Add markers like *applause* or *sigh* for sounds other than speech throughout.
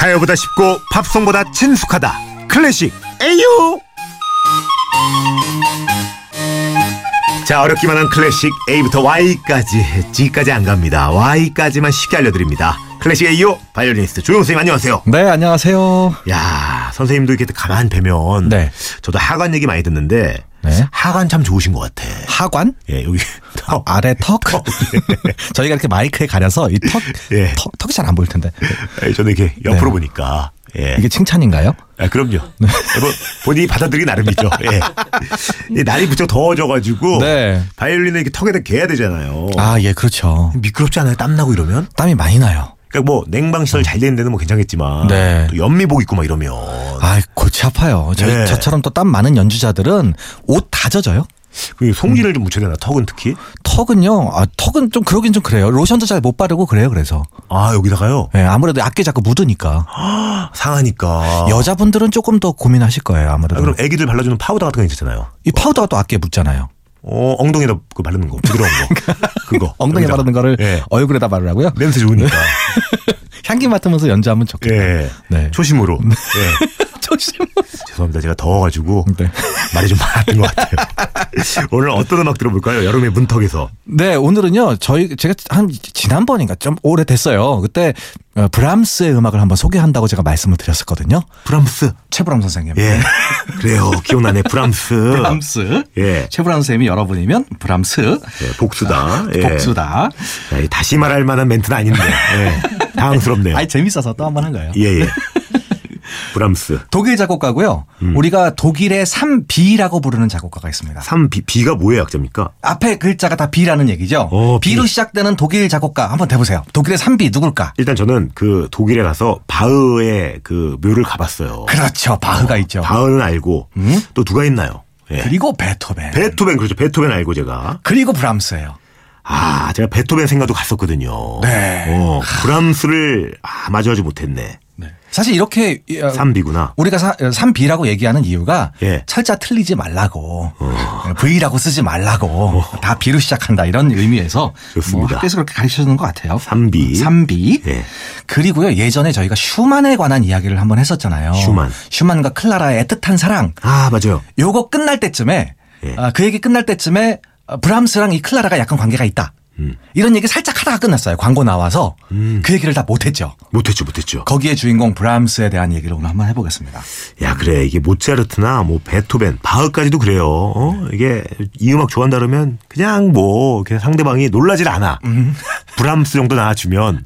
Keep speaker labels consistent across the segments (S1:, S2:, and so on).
S1: 노래보다 쉽고 팝송보다 친숙하다 클래식 에이유 자 어렵기만 한 클래식 A부터 Y까지 G까지 안 갑니다 Y까지만 쉽게 알려드립니다 클래식 에이유 바이올리니스트 조용 선생님 안녕하세요
S2: 네, 안녕하세요.
S1: 야 선생님도 이렇게 가만 뵈면
S2: 네.
S1: 저도 하관 얘기 많이 듣는데
S2: 네.
S1: 하관 참 좋으신 것 같아
S2: 하관?
S1: 예
S2: *laughs*
S1: 여기
S2: 아, 아래 턱? *laughs* 저희가 이렇게 마이크에 가려서 이 턱,
S1: 어, 예.
S2: 턱 턱이 잘 안 보일 텐데.
S1: 아, 저는 이렇게 옆으로
S2: 네.
S1: 보니까 예
S2: 이게 칭찬인가요?
S1: 아, 그럼요. 뭐, 본인이 받아들이기 나름이죠. 예. 이 날이 무척 더워져가지고
S2: 네.
S1: 바이올린을 이렇게 턱에다 개야 되잖아요.
S2: 아, 예, 그렇죠.
S1: 미끄럽지 않아요? 땀 나고 이러면?
S2: 땀이 많이 나요.
S1: 그러니까 뭐 냉방 시설 잘 되는 데는 뭐 괜찮겠지만
S2: 네.
S1: 또 연미복 입고 막 이러면
S2: 아, 골치 아파요. 저,
S1: 네.
S2: 저처럼 또 땀 많은 연주자들은 옷 다 젖어요.
S1: 그 송진을 좀 묻혀야 되나 턱은 특히
S2: 턱은요, 아, 턱은 좀 그러긴 좀 그래요. 로션도 잘 못 바르고 그래요, 그래서.
S1: 아 여기다가요 *gasps*
S2: 예, 아무래도 악기 자꾸 묻으니까.
S1: 상하니까
S2: 여자분들은 조금 더 고민하실 거예요,
S1: 어. 아,
S2: 아무래도.
S1: 그럼 애기들 발라주는 파우더 같은 거 있잖아요.
S2: 이 파우더가 또 악기에 묻잖아요.
S1: 어 엉덩이에다 그 바르는 거 부드러운 *laughs* 거 그거
S2: 엉덩이에
S1: 여기다가.
S2: 바르는 거를
S1: 예.
S2: 얼굴에다 바르라고요?
S1: 냄새 *laughs* 좋으니까
S2: 향기 맡으면서 연주하면 좋겠다.
S1: 예
S2: 네.
S1: 초심으로 예
S2: *laughs* 조심.
S1: 죄송합니다 제가 더워가지고
S2: 네.
S1: *laughs* 말이 좀 많았던 것 *laughs* 같아요. 오늘 어떤 음악 들어볼까요? 여름의 문턱에서.
S2: 네, 오늘은요, 저희, 제가 한, 지난번인가 좀 오래됐어요. 그때, 어, 브람스의 음악을 한번 소개한다고 제가 말씀을 드렸었거든요.
S1: 브람스.
S2: 최브람 선생님.
S1: 예. 그래요. 기억나네. 브람스.
S2: 브람스.
S1: 예.
S2: 최브람 선생님이 여러분이면 브람스.
S1: 예, 복수다. 예.
S2: 복수다.
S1: 야, 이 다시 말할 만한 멘트는 아닌데. 예. 당황스럽네요.
S2: 아니, 재밌어서 또 한 번 한 거예요.
S1: 예, 예. 브람스.
S2: 독일 작곡가고요.
S1: 음.
S2: 우리가 독일의 3B라고 부르는 작곡가가 있습니다.
S1: 3B. B가 뭐의 약자입니까?
S2: 앞에 글자가 다 B라는 얘기죠.
S1: 어, B.
S2: B로 시작되는 독일 작곡가 한번 대보세요. 독일의 3B 누굴까?
S1: 일단 저는 그 독일에 가서 바흐의 그 묘를 가봤어요. 음?
S2: 그렇죠. 바흐가 있죠.
S1: 바흐는 알고 또 누가 있나요? 예.
S2: 그리고 베토벤.
S1: 베토벤 그렇죠. 베토벤 알고 제가.
S2: 그리고 브람스예요.
S1: 아, 제가 베토벤 생가도 갔었거든요.
S2: 네.
S1: 어, 브람스를 아, 마주하지 못했네.
S2: 사실 이렇게 어,
S1: 삼비구나.
S2: 우리가 사, 3B라고 얘기하는 이유가
S1: 예. 어.
S2: 철자 틀리지 말라고 예, V라고 쓰지 말라고 다 B로 시작한다 이런 의미에서
S1: 좋습니다.
S2: 뭐 학교에서 그렇게 가르쳐 주는 것 같아요.
S1: 삼비.
S2: 3B.
S1: 예.
S2: 그리고요 예전에 저희가 슈만에 관한 이야기를 한번 했었잖아요.
S1: 슈만.
S2: 슈만과 클라라의 애틋한 사랑.
S1: 아, 맞아요.
S2: 요거 끝날 때쯤에
S1: 예.
S2: 아, 그 얘기 끝날 때쯤에 아, 브람스랑 이 클라라가 약간 관계가 있다.
S1: 음.
S2: 이런 얘기 살짝 하다가 끝났어요. 광고 나와서 그 얘기를 다 못했죠.
S1: 못했죠, 못했죠.
S2: 거기에 주인공 브람스에 대한 얘기를 오늘 한번 해보겠습니다.
S1: 야, 그래. 이게 모차르트나 뭐 베토벤, 바흐까지도 그래요. 어? 이게 이 음악 좋아한다 그러면 그냥 뭐 그냥 상대방이 놀라질 않아. 브람스 정도 나와주면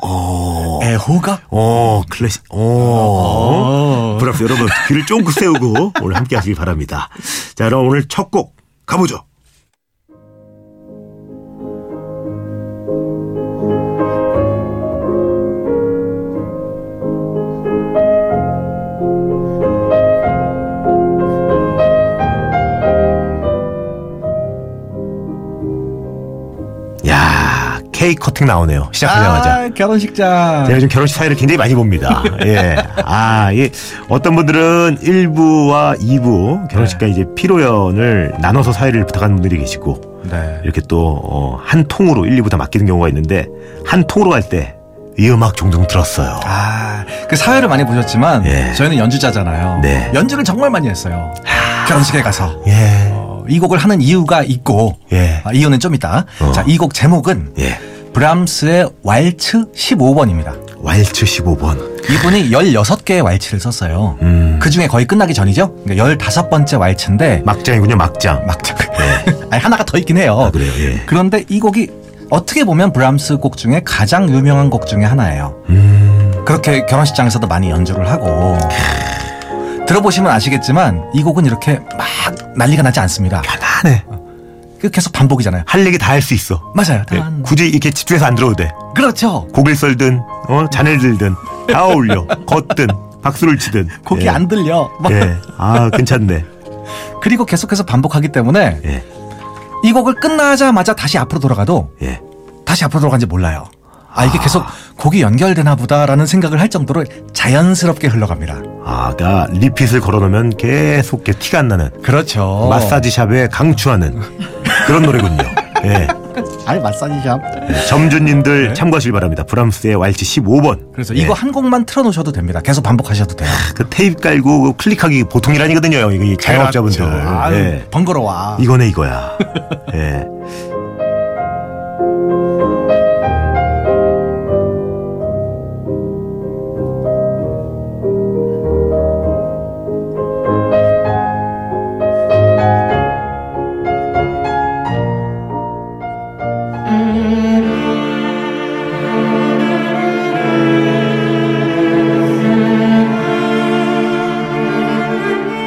S1: 어,
S2: 애호가?
S1: 어, 클래식, 어, 브람스 여러분 귀를 쫑긋 세우고 오늘 함께 하시길 바랍니다. 자, 그럼 오늘 첫 곡 가보죠. 야, K 커팅 나오네요. 시작하자마자.
S2: 아, 결혼식장.
S1: 제가 요즘 결혼식 사회를 굉장히 많이
S2: *laughs*
S1: 봅니다. 예. 아, 예. 어떤 분들은 1부와 2부 결혼식과
S2: 네.
S1: 이제 피로연을 나눠서 사회를 부탁하는 분들이 계시고
S2: 네.
S1: 이렇게 또 어, 한 통으로 1, 2부 다 맡기는 경우가 있는데 한 통으로 갈 때 이 음악 종종 들었어요.
S2: 아, 그 사회를 많이 보셨지만
S1: 예.
S2: 저희는 연주자잖아요.
S1: 네.
S2: 연주를 정말 많이 했어요. 결혼식에 가서.
S1: 예.
S2: 어, 이 곡을 하는 이유가 있고
S1: 예.
S2: 아, 이유는 좀 있다.
S1: 어.
S2: 자, 이 곡 제목은
S1: 예.
S2: 브람스의 왈츠 15번입니다.
S1: 왈츠 15번.
S2: 이분이 16개의 왈츠를 썼어요.
S1: 음.
S2: 그 중에 거의 끝나기 전이죠? 그러니까 15번째 왈츠인데,
S1: 막장이군요, 막장.
S2: 막장. *laughs* 아니, 하나가 더 있긴 해요.
S1: 아, 그래요. 예.
S2: 그런데 이 곡이 어떻게 보면 브람스 곡 중에 가장 유명한 곡 중에 하나예요.
S1: 음.
S2: 그렇게 결혼식장에서도 많이 연주를 하고. 들어보시면 아시겠지만 이 곡은 이렇게 막 난리가 나지 않습니다.
S1: 편안해.
S2: 그 계속 반복이잖아요.
S1: 할 얘기 다 할 수 있어.
S2: 맞아요.
S1: 예.
S2: 단-
S1: 굳이 이렇게 집중해서 안 들어도 돼.
S2: 그렇죠.
S1: 고개를 썰든 어 잔을 들든 다
S2: *laughs*
S1: 어울려 걷든 박수를 치든
S2: 곡이
S1: 예.
S2: 안 들려. 막
S1: 예. 아 괜찮네
S2: 그리고 계속해서 반복하기 때문에
S1: 예.
S2: 이 곡을 끝나자마자 다시 앞으로 돌아가도
S1: 예.
S2: 다시 앞으로 돌아간지 몰라요. 아 이게 계속 곡이 연결되나 보다라는 생각을 할 정도로 자연스럽게 흘러갑니다.
S1: 아가 리핏을 걸어놓으면 계속 이렇게 티가 안 나는
S2: 그렇죠.
S1: 마사지 샵에 강추하는 그런 노래군요 예.
S2: 아니 마사지샵.
S1: 점주님들 참고하시길 바랍니다. 브람스의 왈츠 15번.
S2: 네. 그래서 이거 한 곡만 틀어놓으셔도 됩니다. 계속 반복하셔도 돼요.
S1: 그 테이프 깔고 그 클릭하기 보통 일 아니거든요. 이 자영업자분들.
S2: 아유,
S1: 예.
S2: 번거로워.
S1: 이거네 이거야. 예.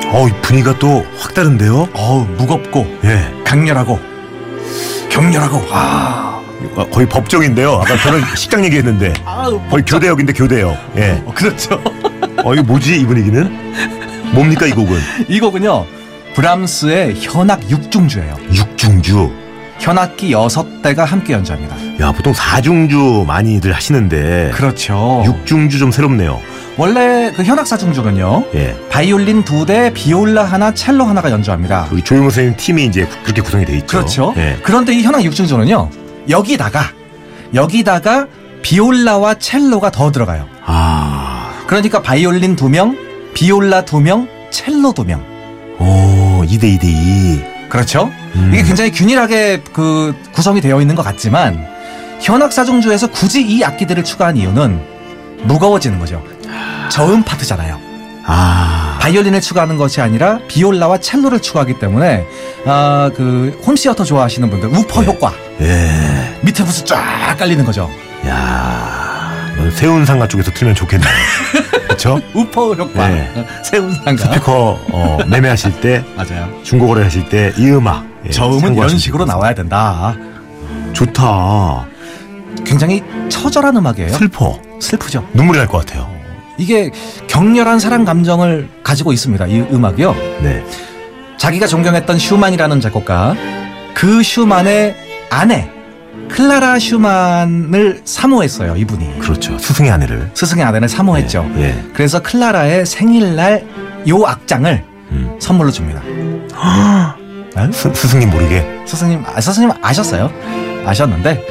S1: 어, 이 분위기가 또 확 다른데요?
S2: 어우 무겁고
S1: 예.
S2: 강렬하고 격렬하고 아
S1: 아, 거의 법정인데요. 아까
S2: *laughs*
S1: 저는 식당 얘기했는데
S2: 아우
S1: 거의 교대역인데 교대역. 예.
S2: 어, 그렇죠. *laughs*
S1: 어 이거 뭐지 이 분위기는? 뭡니까 이 곡은?
S2: 이 곡은요 브람스의 현악 육중주예요.
S1: 육중주.
S2: 현악기 여섯 대가 함께 연주합니다.
S1: 야 보통 사중주 많이들 하시는데
S2: 그렇죠.
S1: 육중주 좀 새롭네요.
S2: 원래 그 현악 사중주는요
S1: 예.
S2: 바이올린 두 대, 비올라 하나, 첼로 하나가 연주합니다.
S1: 우리 조용호 선생님 팀이 이제 구- 그렇게 구성이 돼 있죠.
S2: 그렇죠.
S1: 예.
S2: 그런데 이 현악 육중주는요 여기다가 여기다가 비올라와 첼로가 더 들어가요.
S1: 아.
S2: 그러니까 바이올린 두 명, 비올라 두 명, 첼로 두 명.
S1: 오, 2대 2대 2.
S2: 그렇죠?
S1: 음.
S2: 이게 굉장히 균일하게 그 구성이 되어 있는 것 같지만 현악 사중주에서 굳이 이 악기들을 추가한 이유는 무거워지는 거죠. 저음 파트잖아요.
S1: 아.
S2: 바이올린을 추가하는 것이 아니라 비올라와 첼로를 추가하기 때문에 아, 그 홈시어터 좋아하시는 분들 우퍼
S1: 네.
S2: 효과
S1: 예.
S2: 밑에 부스 쫙 깔리는 거죠.
S1: 야. 이건 세운상가 쪽에서 틀면
S2: *laughs*
S1: 좋겠네요. 그렇죠?
S2: 우퍼 효과
S1: 네.
S2: 세운상가
S1: 스피커 어, 매매하실 때
S2: 맞아요.
S1: 중고거래 하실 때 이 음악 예,
S2: 저음은 이런
S1: 참고하시면
S2: 식으로
S1: 좋겠습니다.
S2: 나와야 된다.
S1: 좋다
S2: 굉장히 처절한 음악이에요.
S1: 슬퍼
S2: 슬프죠.
S1: 눈물이 날 것 같아요
S2: 이게 격렬한 사랑 감정을 가지고 있습니다. 이 음악이요.
S1: 네
S2: 자기가 존경했던 슈만이라는 작곡가 그 슈만의 아내 클라라 슈만을 사모했어요. 이분이
S1: 그렇죠 스승의 아내를
S2: 스승의 아내를 사모했죠.
S1: 예, 예.
S2: 그래서 클라라의 생일날 요 악장을
S1: 음.
S2: 선물로 줍니다. 아?
S1: 스, 스승님 모르게
S2: 스승님, 아, 스승님 아셨어요? 아셨는데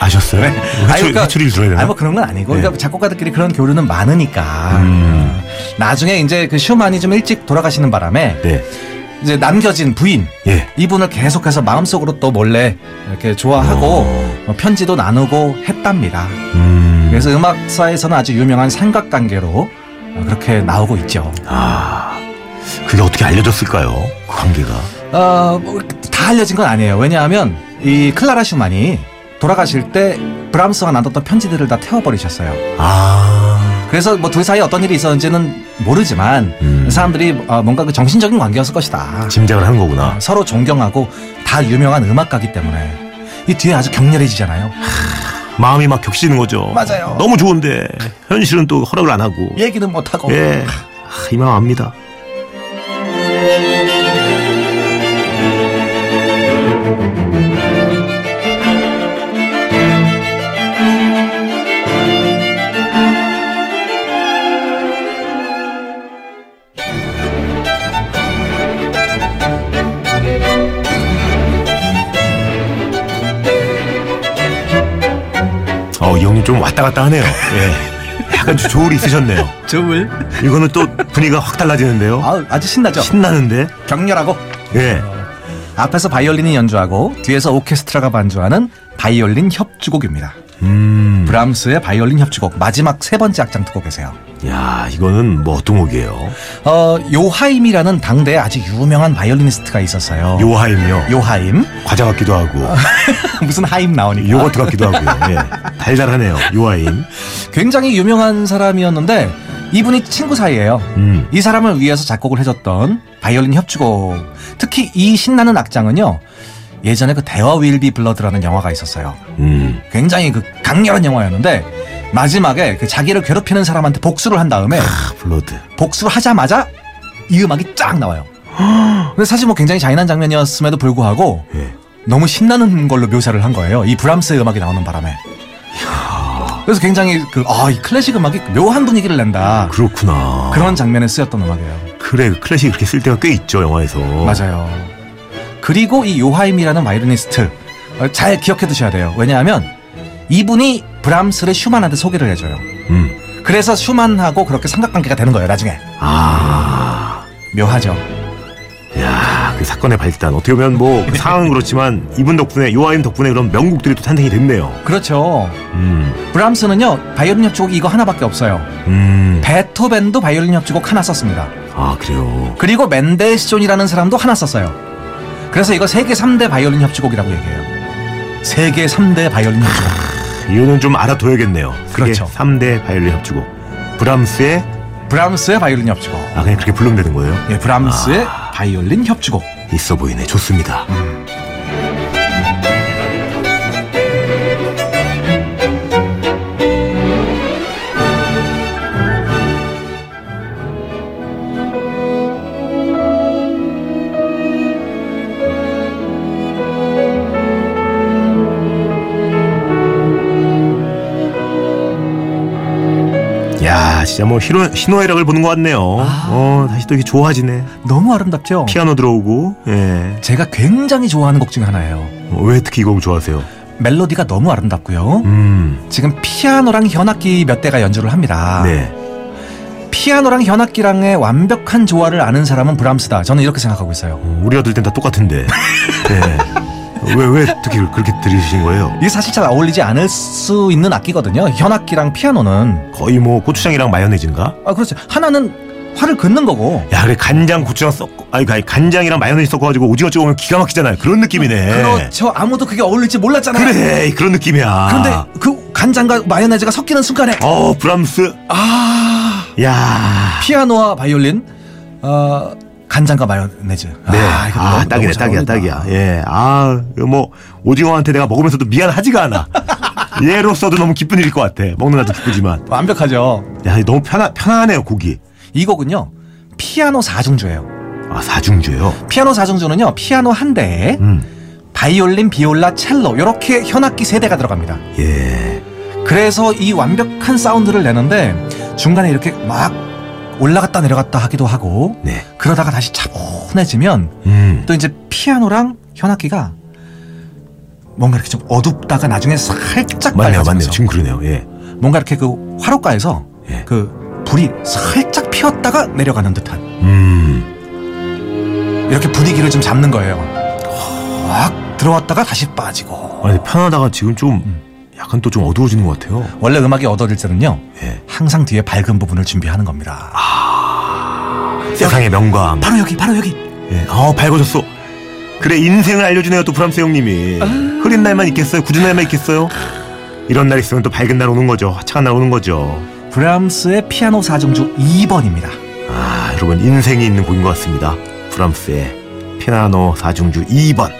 S1: 아셨어요? *laughs*
S2: 네. 아니,
S1: 회출,
S2: 그러니까-
S1: 회출일 들어야 되나?
S2: 아뭐 아. 그런 건 아니고
S1: 네.
S2: 그러니까 작곡가들끼리 그런 교류는 많으니까
S1: 음.
S2: 나중에 이제 그 슈만이 좀 일찍 돌아가시는 바람에
S1: 네.
S2: 이제 남겨진 부인
S1: 예.
S2: 이분을 계속해서 마음속으로 또 몰래 이렇게 좋아하고
S1: 어,
S2: 어, 편지도 나누고 했답니다.
S1: 음.
S2: 그래서 음악사에서는 아주 유명한 삼각관계로 어, 그렇게 나오고 있죠.
S1: 아 그게 어떻게 알려졌을까요? 그 관계가
S2: 어, 뭐다 알려진 건 아니에요. 왜냐하면 이 클라라 슈만이 돌아가실 때 브람스가 나눴던 편지들을 다 태워버리셨어요.
S1: 아
S2: 그래서 뭐 둘 사이에 어떤 일이 있었는지는 모르지만
S1: 음.
S2: 사람들이 어, 뭔가 그 정신적인 관계였을 것이다.
S1: 짐작을 하는 거구나
S2: 서로 존경하고 다 유명한 음악가기 때문에 이 뒤에 아주 격렬해지잖아요.
S1: 마음이 막 격시는 거죠
S2: 맞아요.
S1: 너무 좋은데 현실은 또 허락을 안 하고
S2: 얘기는 못하고
S1: 예. 아, 이만 압니다. 어, 이 형님 좀 왔다 갔다 하네요. 예. 약간 좀 조울이 있으셨네요.
S2: 저울
S1: 이거는 또 분위기가 확 달라지는데요.
S2: 아, 아주 신나죠.
S1: 신나는데.
S2: 격렬하고
S1: 예.
S2: 앞에서 바이올린이 연주하고 뒤에서 오케스트라가 반주하는 바이올린 협주곡입니다.
S1: 음.
S2: 브람스의 바이올린 협주곡 마지막 세 번째 악장 듣고 계세요.
S1: 야, 이거는 뭐 어떤 곡이에요?
S2: 어, 요하임이라는 당대에 아주 유명한 바이올리니스트가 있었어요.
S1: 요하임이요.
S2: 하임 *laughs*
S1: 과자 같기도 하고,
S2: 무슨 하임 나오니까
S1: 요거트 같기도 하고, 예. 달달하네요. 요하임.
S2: 굉장히 유명한 사람이었는데 이분이 친구 사이예요.
S1: 음.
S2: 이 사람을 위해서 작곡을 해줬던 바이올린 협주곡 특히 이 신나는 악장은요 예전에 그 대화 윌비 블러드라는 영화가 있었어요.
S1: 음.
S2: 굉장히 그 강렬한 영화였는데 마지막에 그 자기를 괴롭히는 사람한테 복수를 한 다음에
S1: 아, 블러드.
S2: 복수하자마자 이 음악이 쫙 나와요. 근데 사실 뭐 굉장히 잔인한 장면이었음에도 불구하고
S1: 예.
S2: 너무 신나는 걸로 묘사를 한 거예요. 이 브람스의 음악이 나오는 바람에. 그래서 굉장히 그, 아, 이 클래식 음악이 묘한 분위기를 낸다.
S1: 그렇구나.
S2: 그런 장면에 쓰였던 음악이에요.
S1: 그래, 그 클래식 그렇게 쓸 때가 꽤 있죠, 영화에서.
S2: 맞아요. 그리고 이 요하임이라는 바이올리니스트. 어, 잘 기억해 두셔야 돼요. 왜냐하면 이분이 브람스를 슈만한테 소개를 해줘요.
S1: 음.
S2: 그래서 슈만하고 그렇게 삼각관계가 되는 거예요. 나중에
S1: 아.
S2: 묘하죠.
S1: 야, 그 사건의 발단. 어떻게 보면 뭐그 상황은 그렇지만 이분 덕분에 요아임 덕분에 그런 명곡들이 또 탄생이 됐네요.
S2: 그렇죠.
S1: 음.
S2: 브람스는요 바이올린 협주곡이 이거 하나밖에 없어요.
S1: 음.
S2: 베토벤도 바이올린 협주곡 하나 썼습니다.
S1: 아, 그래요.
S2: 그리고 맨델스존이라는 사람도 하나 썼어요. 그래서 이거 세계 3대 바이올린 협주곡이라고 얘기해요. 세계 3대 바이올린 협주곡.
S1: 이유는 좀 알아둬야겠네요.
S2: 그렇죠.
S1: 3대 바이올린 협주곡. 브람스의
S2: 브람스의 바이올린 협주곡.
S1: 아 그냥 그렇게 부르면 되는 거예요?
S2: 예, 브람스의 바이올린 협주곡.
S1: 있어 보이네. 좋습니다. 야, 진짜 뭐 신호, 신호애락을 보는 것 같네요. 어, 다시 또 이게 좋아지네.
S2: 너무 아름답죠?
S1: 피아노 들어오고, 예.
S2: 제가 굉장히 좋아하는 곡 중에 하나예요.
S1: 왜 특히 이 곡을 좋아하세요?
S2: 멜로디가 너무 아름답고요.
S1: 음,
S2: 지금 피아노랑 현악기 몇 대가 연주를 합니다.
S1: 네.
S2: 피아노랑 현악기랑의 완벽한 조화를 아는 사람은 브람스다. 저는 이렇게 생각하고 있어요.
S1: 어, 우리가 들을 땐 다 똑같은데. 네. 왜, 왜 특히 그렇게 들으신 거예요?
S2: 이게 사실 잘 어울리지 않을 수 있는 악기거든요. 현악기랑 피아노는.
S1: 거의 뭐 고추장이랑 마요네즈인가?
S2: 아, 그렇죠. 하나는 활을 긋는 거고.
S1: 야, 그래 간장 고추장 섞고, 아니, 아니 간장이랑 마요네즈 섞어가지고 오징어 찍으면 기가 막히잖아요. 그런 느낌이네.
S2: 그렇죠. 아무도 그게 어울릴지 몰랐잖아요.
S1: 그래, 그런 느낌이야.
S2: 런데그 간장과 마요네즈가 섞이는 순간에
S1: 어, 브람스.
S2: 아
S1: 야.
S2: 피아노와 바이올린, 어, 간장과 마요네즈.
S1: 네.
S2: 이거
S1: 아,
S2: 너무-
S1: 딱이네,
S2: 너무
S1: 딱이야,
S2: 잘 어울린다.
S1: 딱이야. 예. 아, 이거 뭐, 오징어한테 내가 먹으면서도 미안하지가
S2: *laughs*
S1: 않아. 얘로서도 너무 기쁜 일일 것 같아. 먹는 날도 기쁘지만.
S2: 완벽하죠.
S1: 야, 너무 편하, 편안해요, 곡이.
S2: 이 곡은요 피아노 4중주예요.
S1: 아, 사중주요?
S2: 피아노 4중주는요 피아노 한 대에
S1: 음.
S2: 바이올린, 비올라, 첼로 이렇게 현악기 세 대가 들어갑니다.
S1: 예.
S2: 그래서 이 완벽한 사운드를 내는데 중간에 이렇게 막 올라갔다 내려갔다 하기도 하고
S1: 네.
S2: 그러다가 다시 차분해지면
S1: 음.
S2: 또 이제 피아노랑 현악기가 뭔가 이렇게 좀 어둡다가 나중에 살짝
S1: 맞네요, 맞네요.
S2: 밝아지면서
S1: 지금 그러네요. 예.
S2: 뭔가 이렇게 그 화로가에서
S1: 예.
S2: 그 불이 살짝 피었다가 내려가는 듯한
S1: 음.
S2: 이렇게 분위기를 좀 잡는 거예요. 확 들어왔다가 다시 빠지고
S1: 아니, 편하다가 지금 좀, 약간 또 좀 어두워지는 것 같아요.
S2: 원래 음악이 어두워질 때는요
S1: 예.
S2: 항상 뒤에 밝은 부분을 준비하는 겁니다.
S1: 세상의 명감.
S2: 바로 여기 바로 여기
S1: 예. 어, 밝아졌어. 그래, 인생을 알려주네요, 또 브람스 형님이. 흐린 날만 있겠어요? 굳은 날만 있겠어요? 이런 날 있으면 또 밝은 날 오는 거죠. 화창한 날 오는 거죠.
S2: 브람스의 피아노 4중주 2번입니다.
S1: 아, 여러분, 인생이 있는 곡인 것 같습니다. 브람스의 피아노 사중주 2번.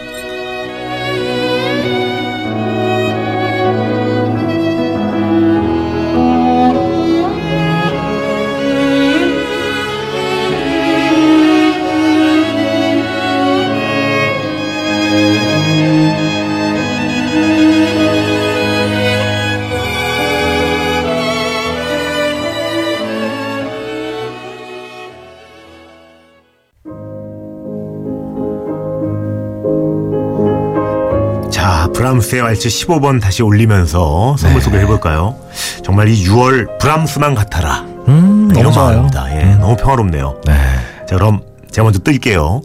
S1: 자, 브람스의 왈츠 15번 다시 올리면서 선물 소개해 볼까요? 정말 이 6월 브람스만 같아라.
S2: 음
S1: 이런 마음입니다. 예, 너무 평화롭네요.
S2: 네.
S1: 자, 그럼 제가 먼저 *laughs* 뜰게요.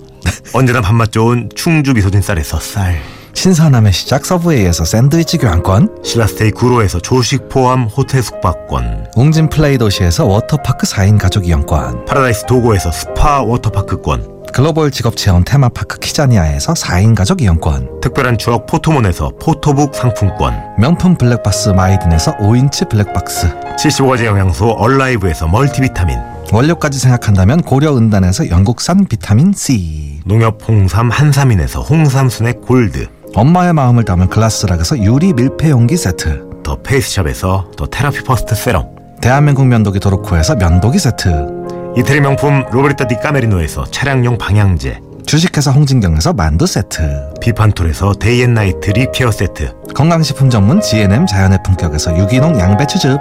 S1: 언제나 밥맛 좋은 충주 미소진 쌀에서 쌀.
S2: 신선함의 시작 서브웨이에서 샌드위치 교환권
S1: 신라스테이 구로에서 조식 포함 호텔 숙박권.
S2: 웅진 플레이 도시에서 워터파크 4인 가족 이용권
S1: 파라다이스 도고에서 스파 워터파크권.
S2: 글로벌 직업 체험 테마파크 키자니아에서 4인 가족 이용권
S1: 특별한 추억 포토몬에서 포토북 상품권.
S2: 명품 블랙박스 마이든에서 5인치 블랙박스
S1: 75가지 영양소 얼라이브에서 멀티비타민.
S2: 원료까지 생각한다면 고려은단에서 영국산 비타민C
S1: 농협 홍삼 한삼인에서 홍삼 스낵 골드.
S2: 엄마의 마음을 담은 글라스락에서 유리 밀폐용기 세트
S1: 더 페이스샵에서 더 테라피 퍼스트 세럼.
S2: 대한민국 면도기 도로코에서 면도기 세트
S1: 이태리 명품 로베르타 디 까메리노에서 차량용 방향제.
S2: 주식회사 홍진경에서 만두 세트,
S1: 비판톨에서 데이앤나이트 립케어 세트.
S2: 건강식품 전문 GNM 자연의 품격에서 유기농 양배추즙,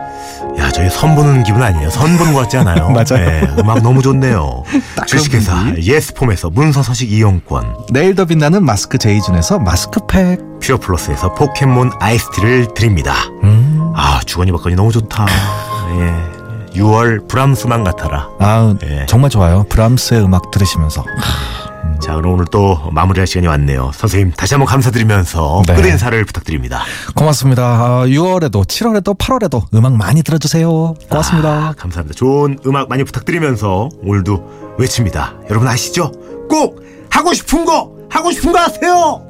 S1: 야, 저희 선 보는 기분 아니에요. 선 보는 것 같지 않아요?
S2: *laughs* 맞아요.
S1: 예, 음악 너무 좋네요.
S2: *laughs* 딱 그런
S1: 주식회사 예스폼에서 문서 서식 이용권,
S2: 내일 더 빛나는 마스크 제이준에서 마스크팩.
S1: 퓨어플러스에서 포켓몬 아이스티를 드립니다.
S2: 음.
S1: 아, 주거니 받거니 너무 좋다.
S2: *laughs*
S1: 예. 6월 브람스만 같아라.
S2: 아,
S1: 예.
S2: 정말 좋아요. 브람스의 음악 들으시면서.
S1: 자, 그럼 오늘 또 마무리할 시간이 왔네요. 선생님, 다시 한번 감사드리면서
S2: 네.
S1: 끝 인사를 부탁드립니다.
S2: 고맙습니다. 아, 6월에도 7월에도 8월에도 음악 많이 들어주세요. 고맙습니다.
S1: 아, 감사합니다. 좋은 음악 많이 부탁드리면서 오늘도 외칩니다. 여러분 아시죠? 꼭 하고 싶은 거, 하고 싶은 거 하세요!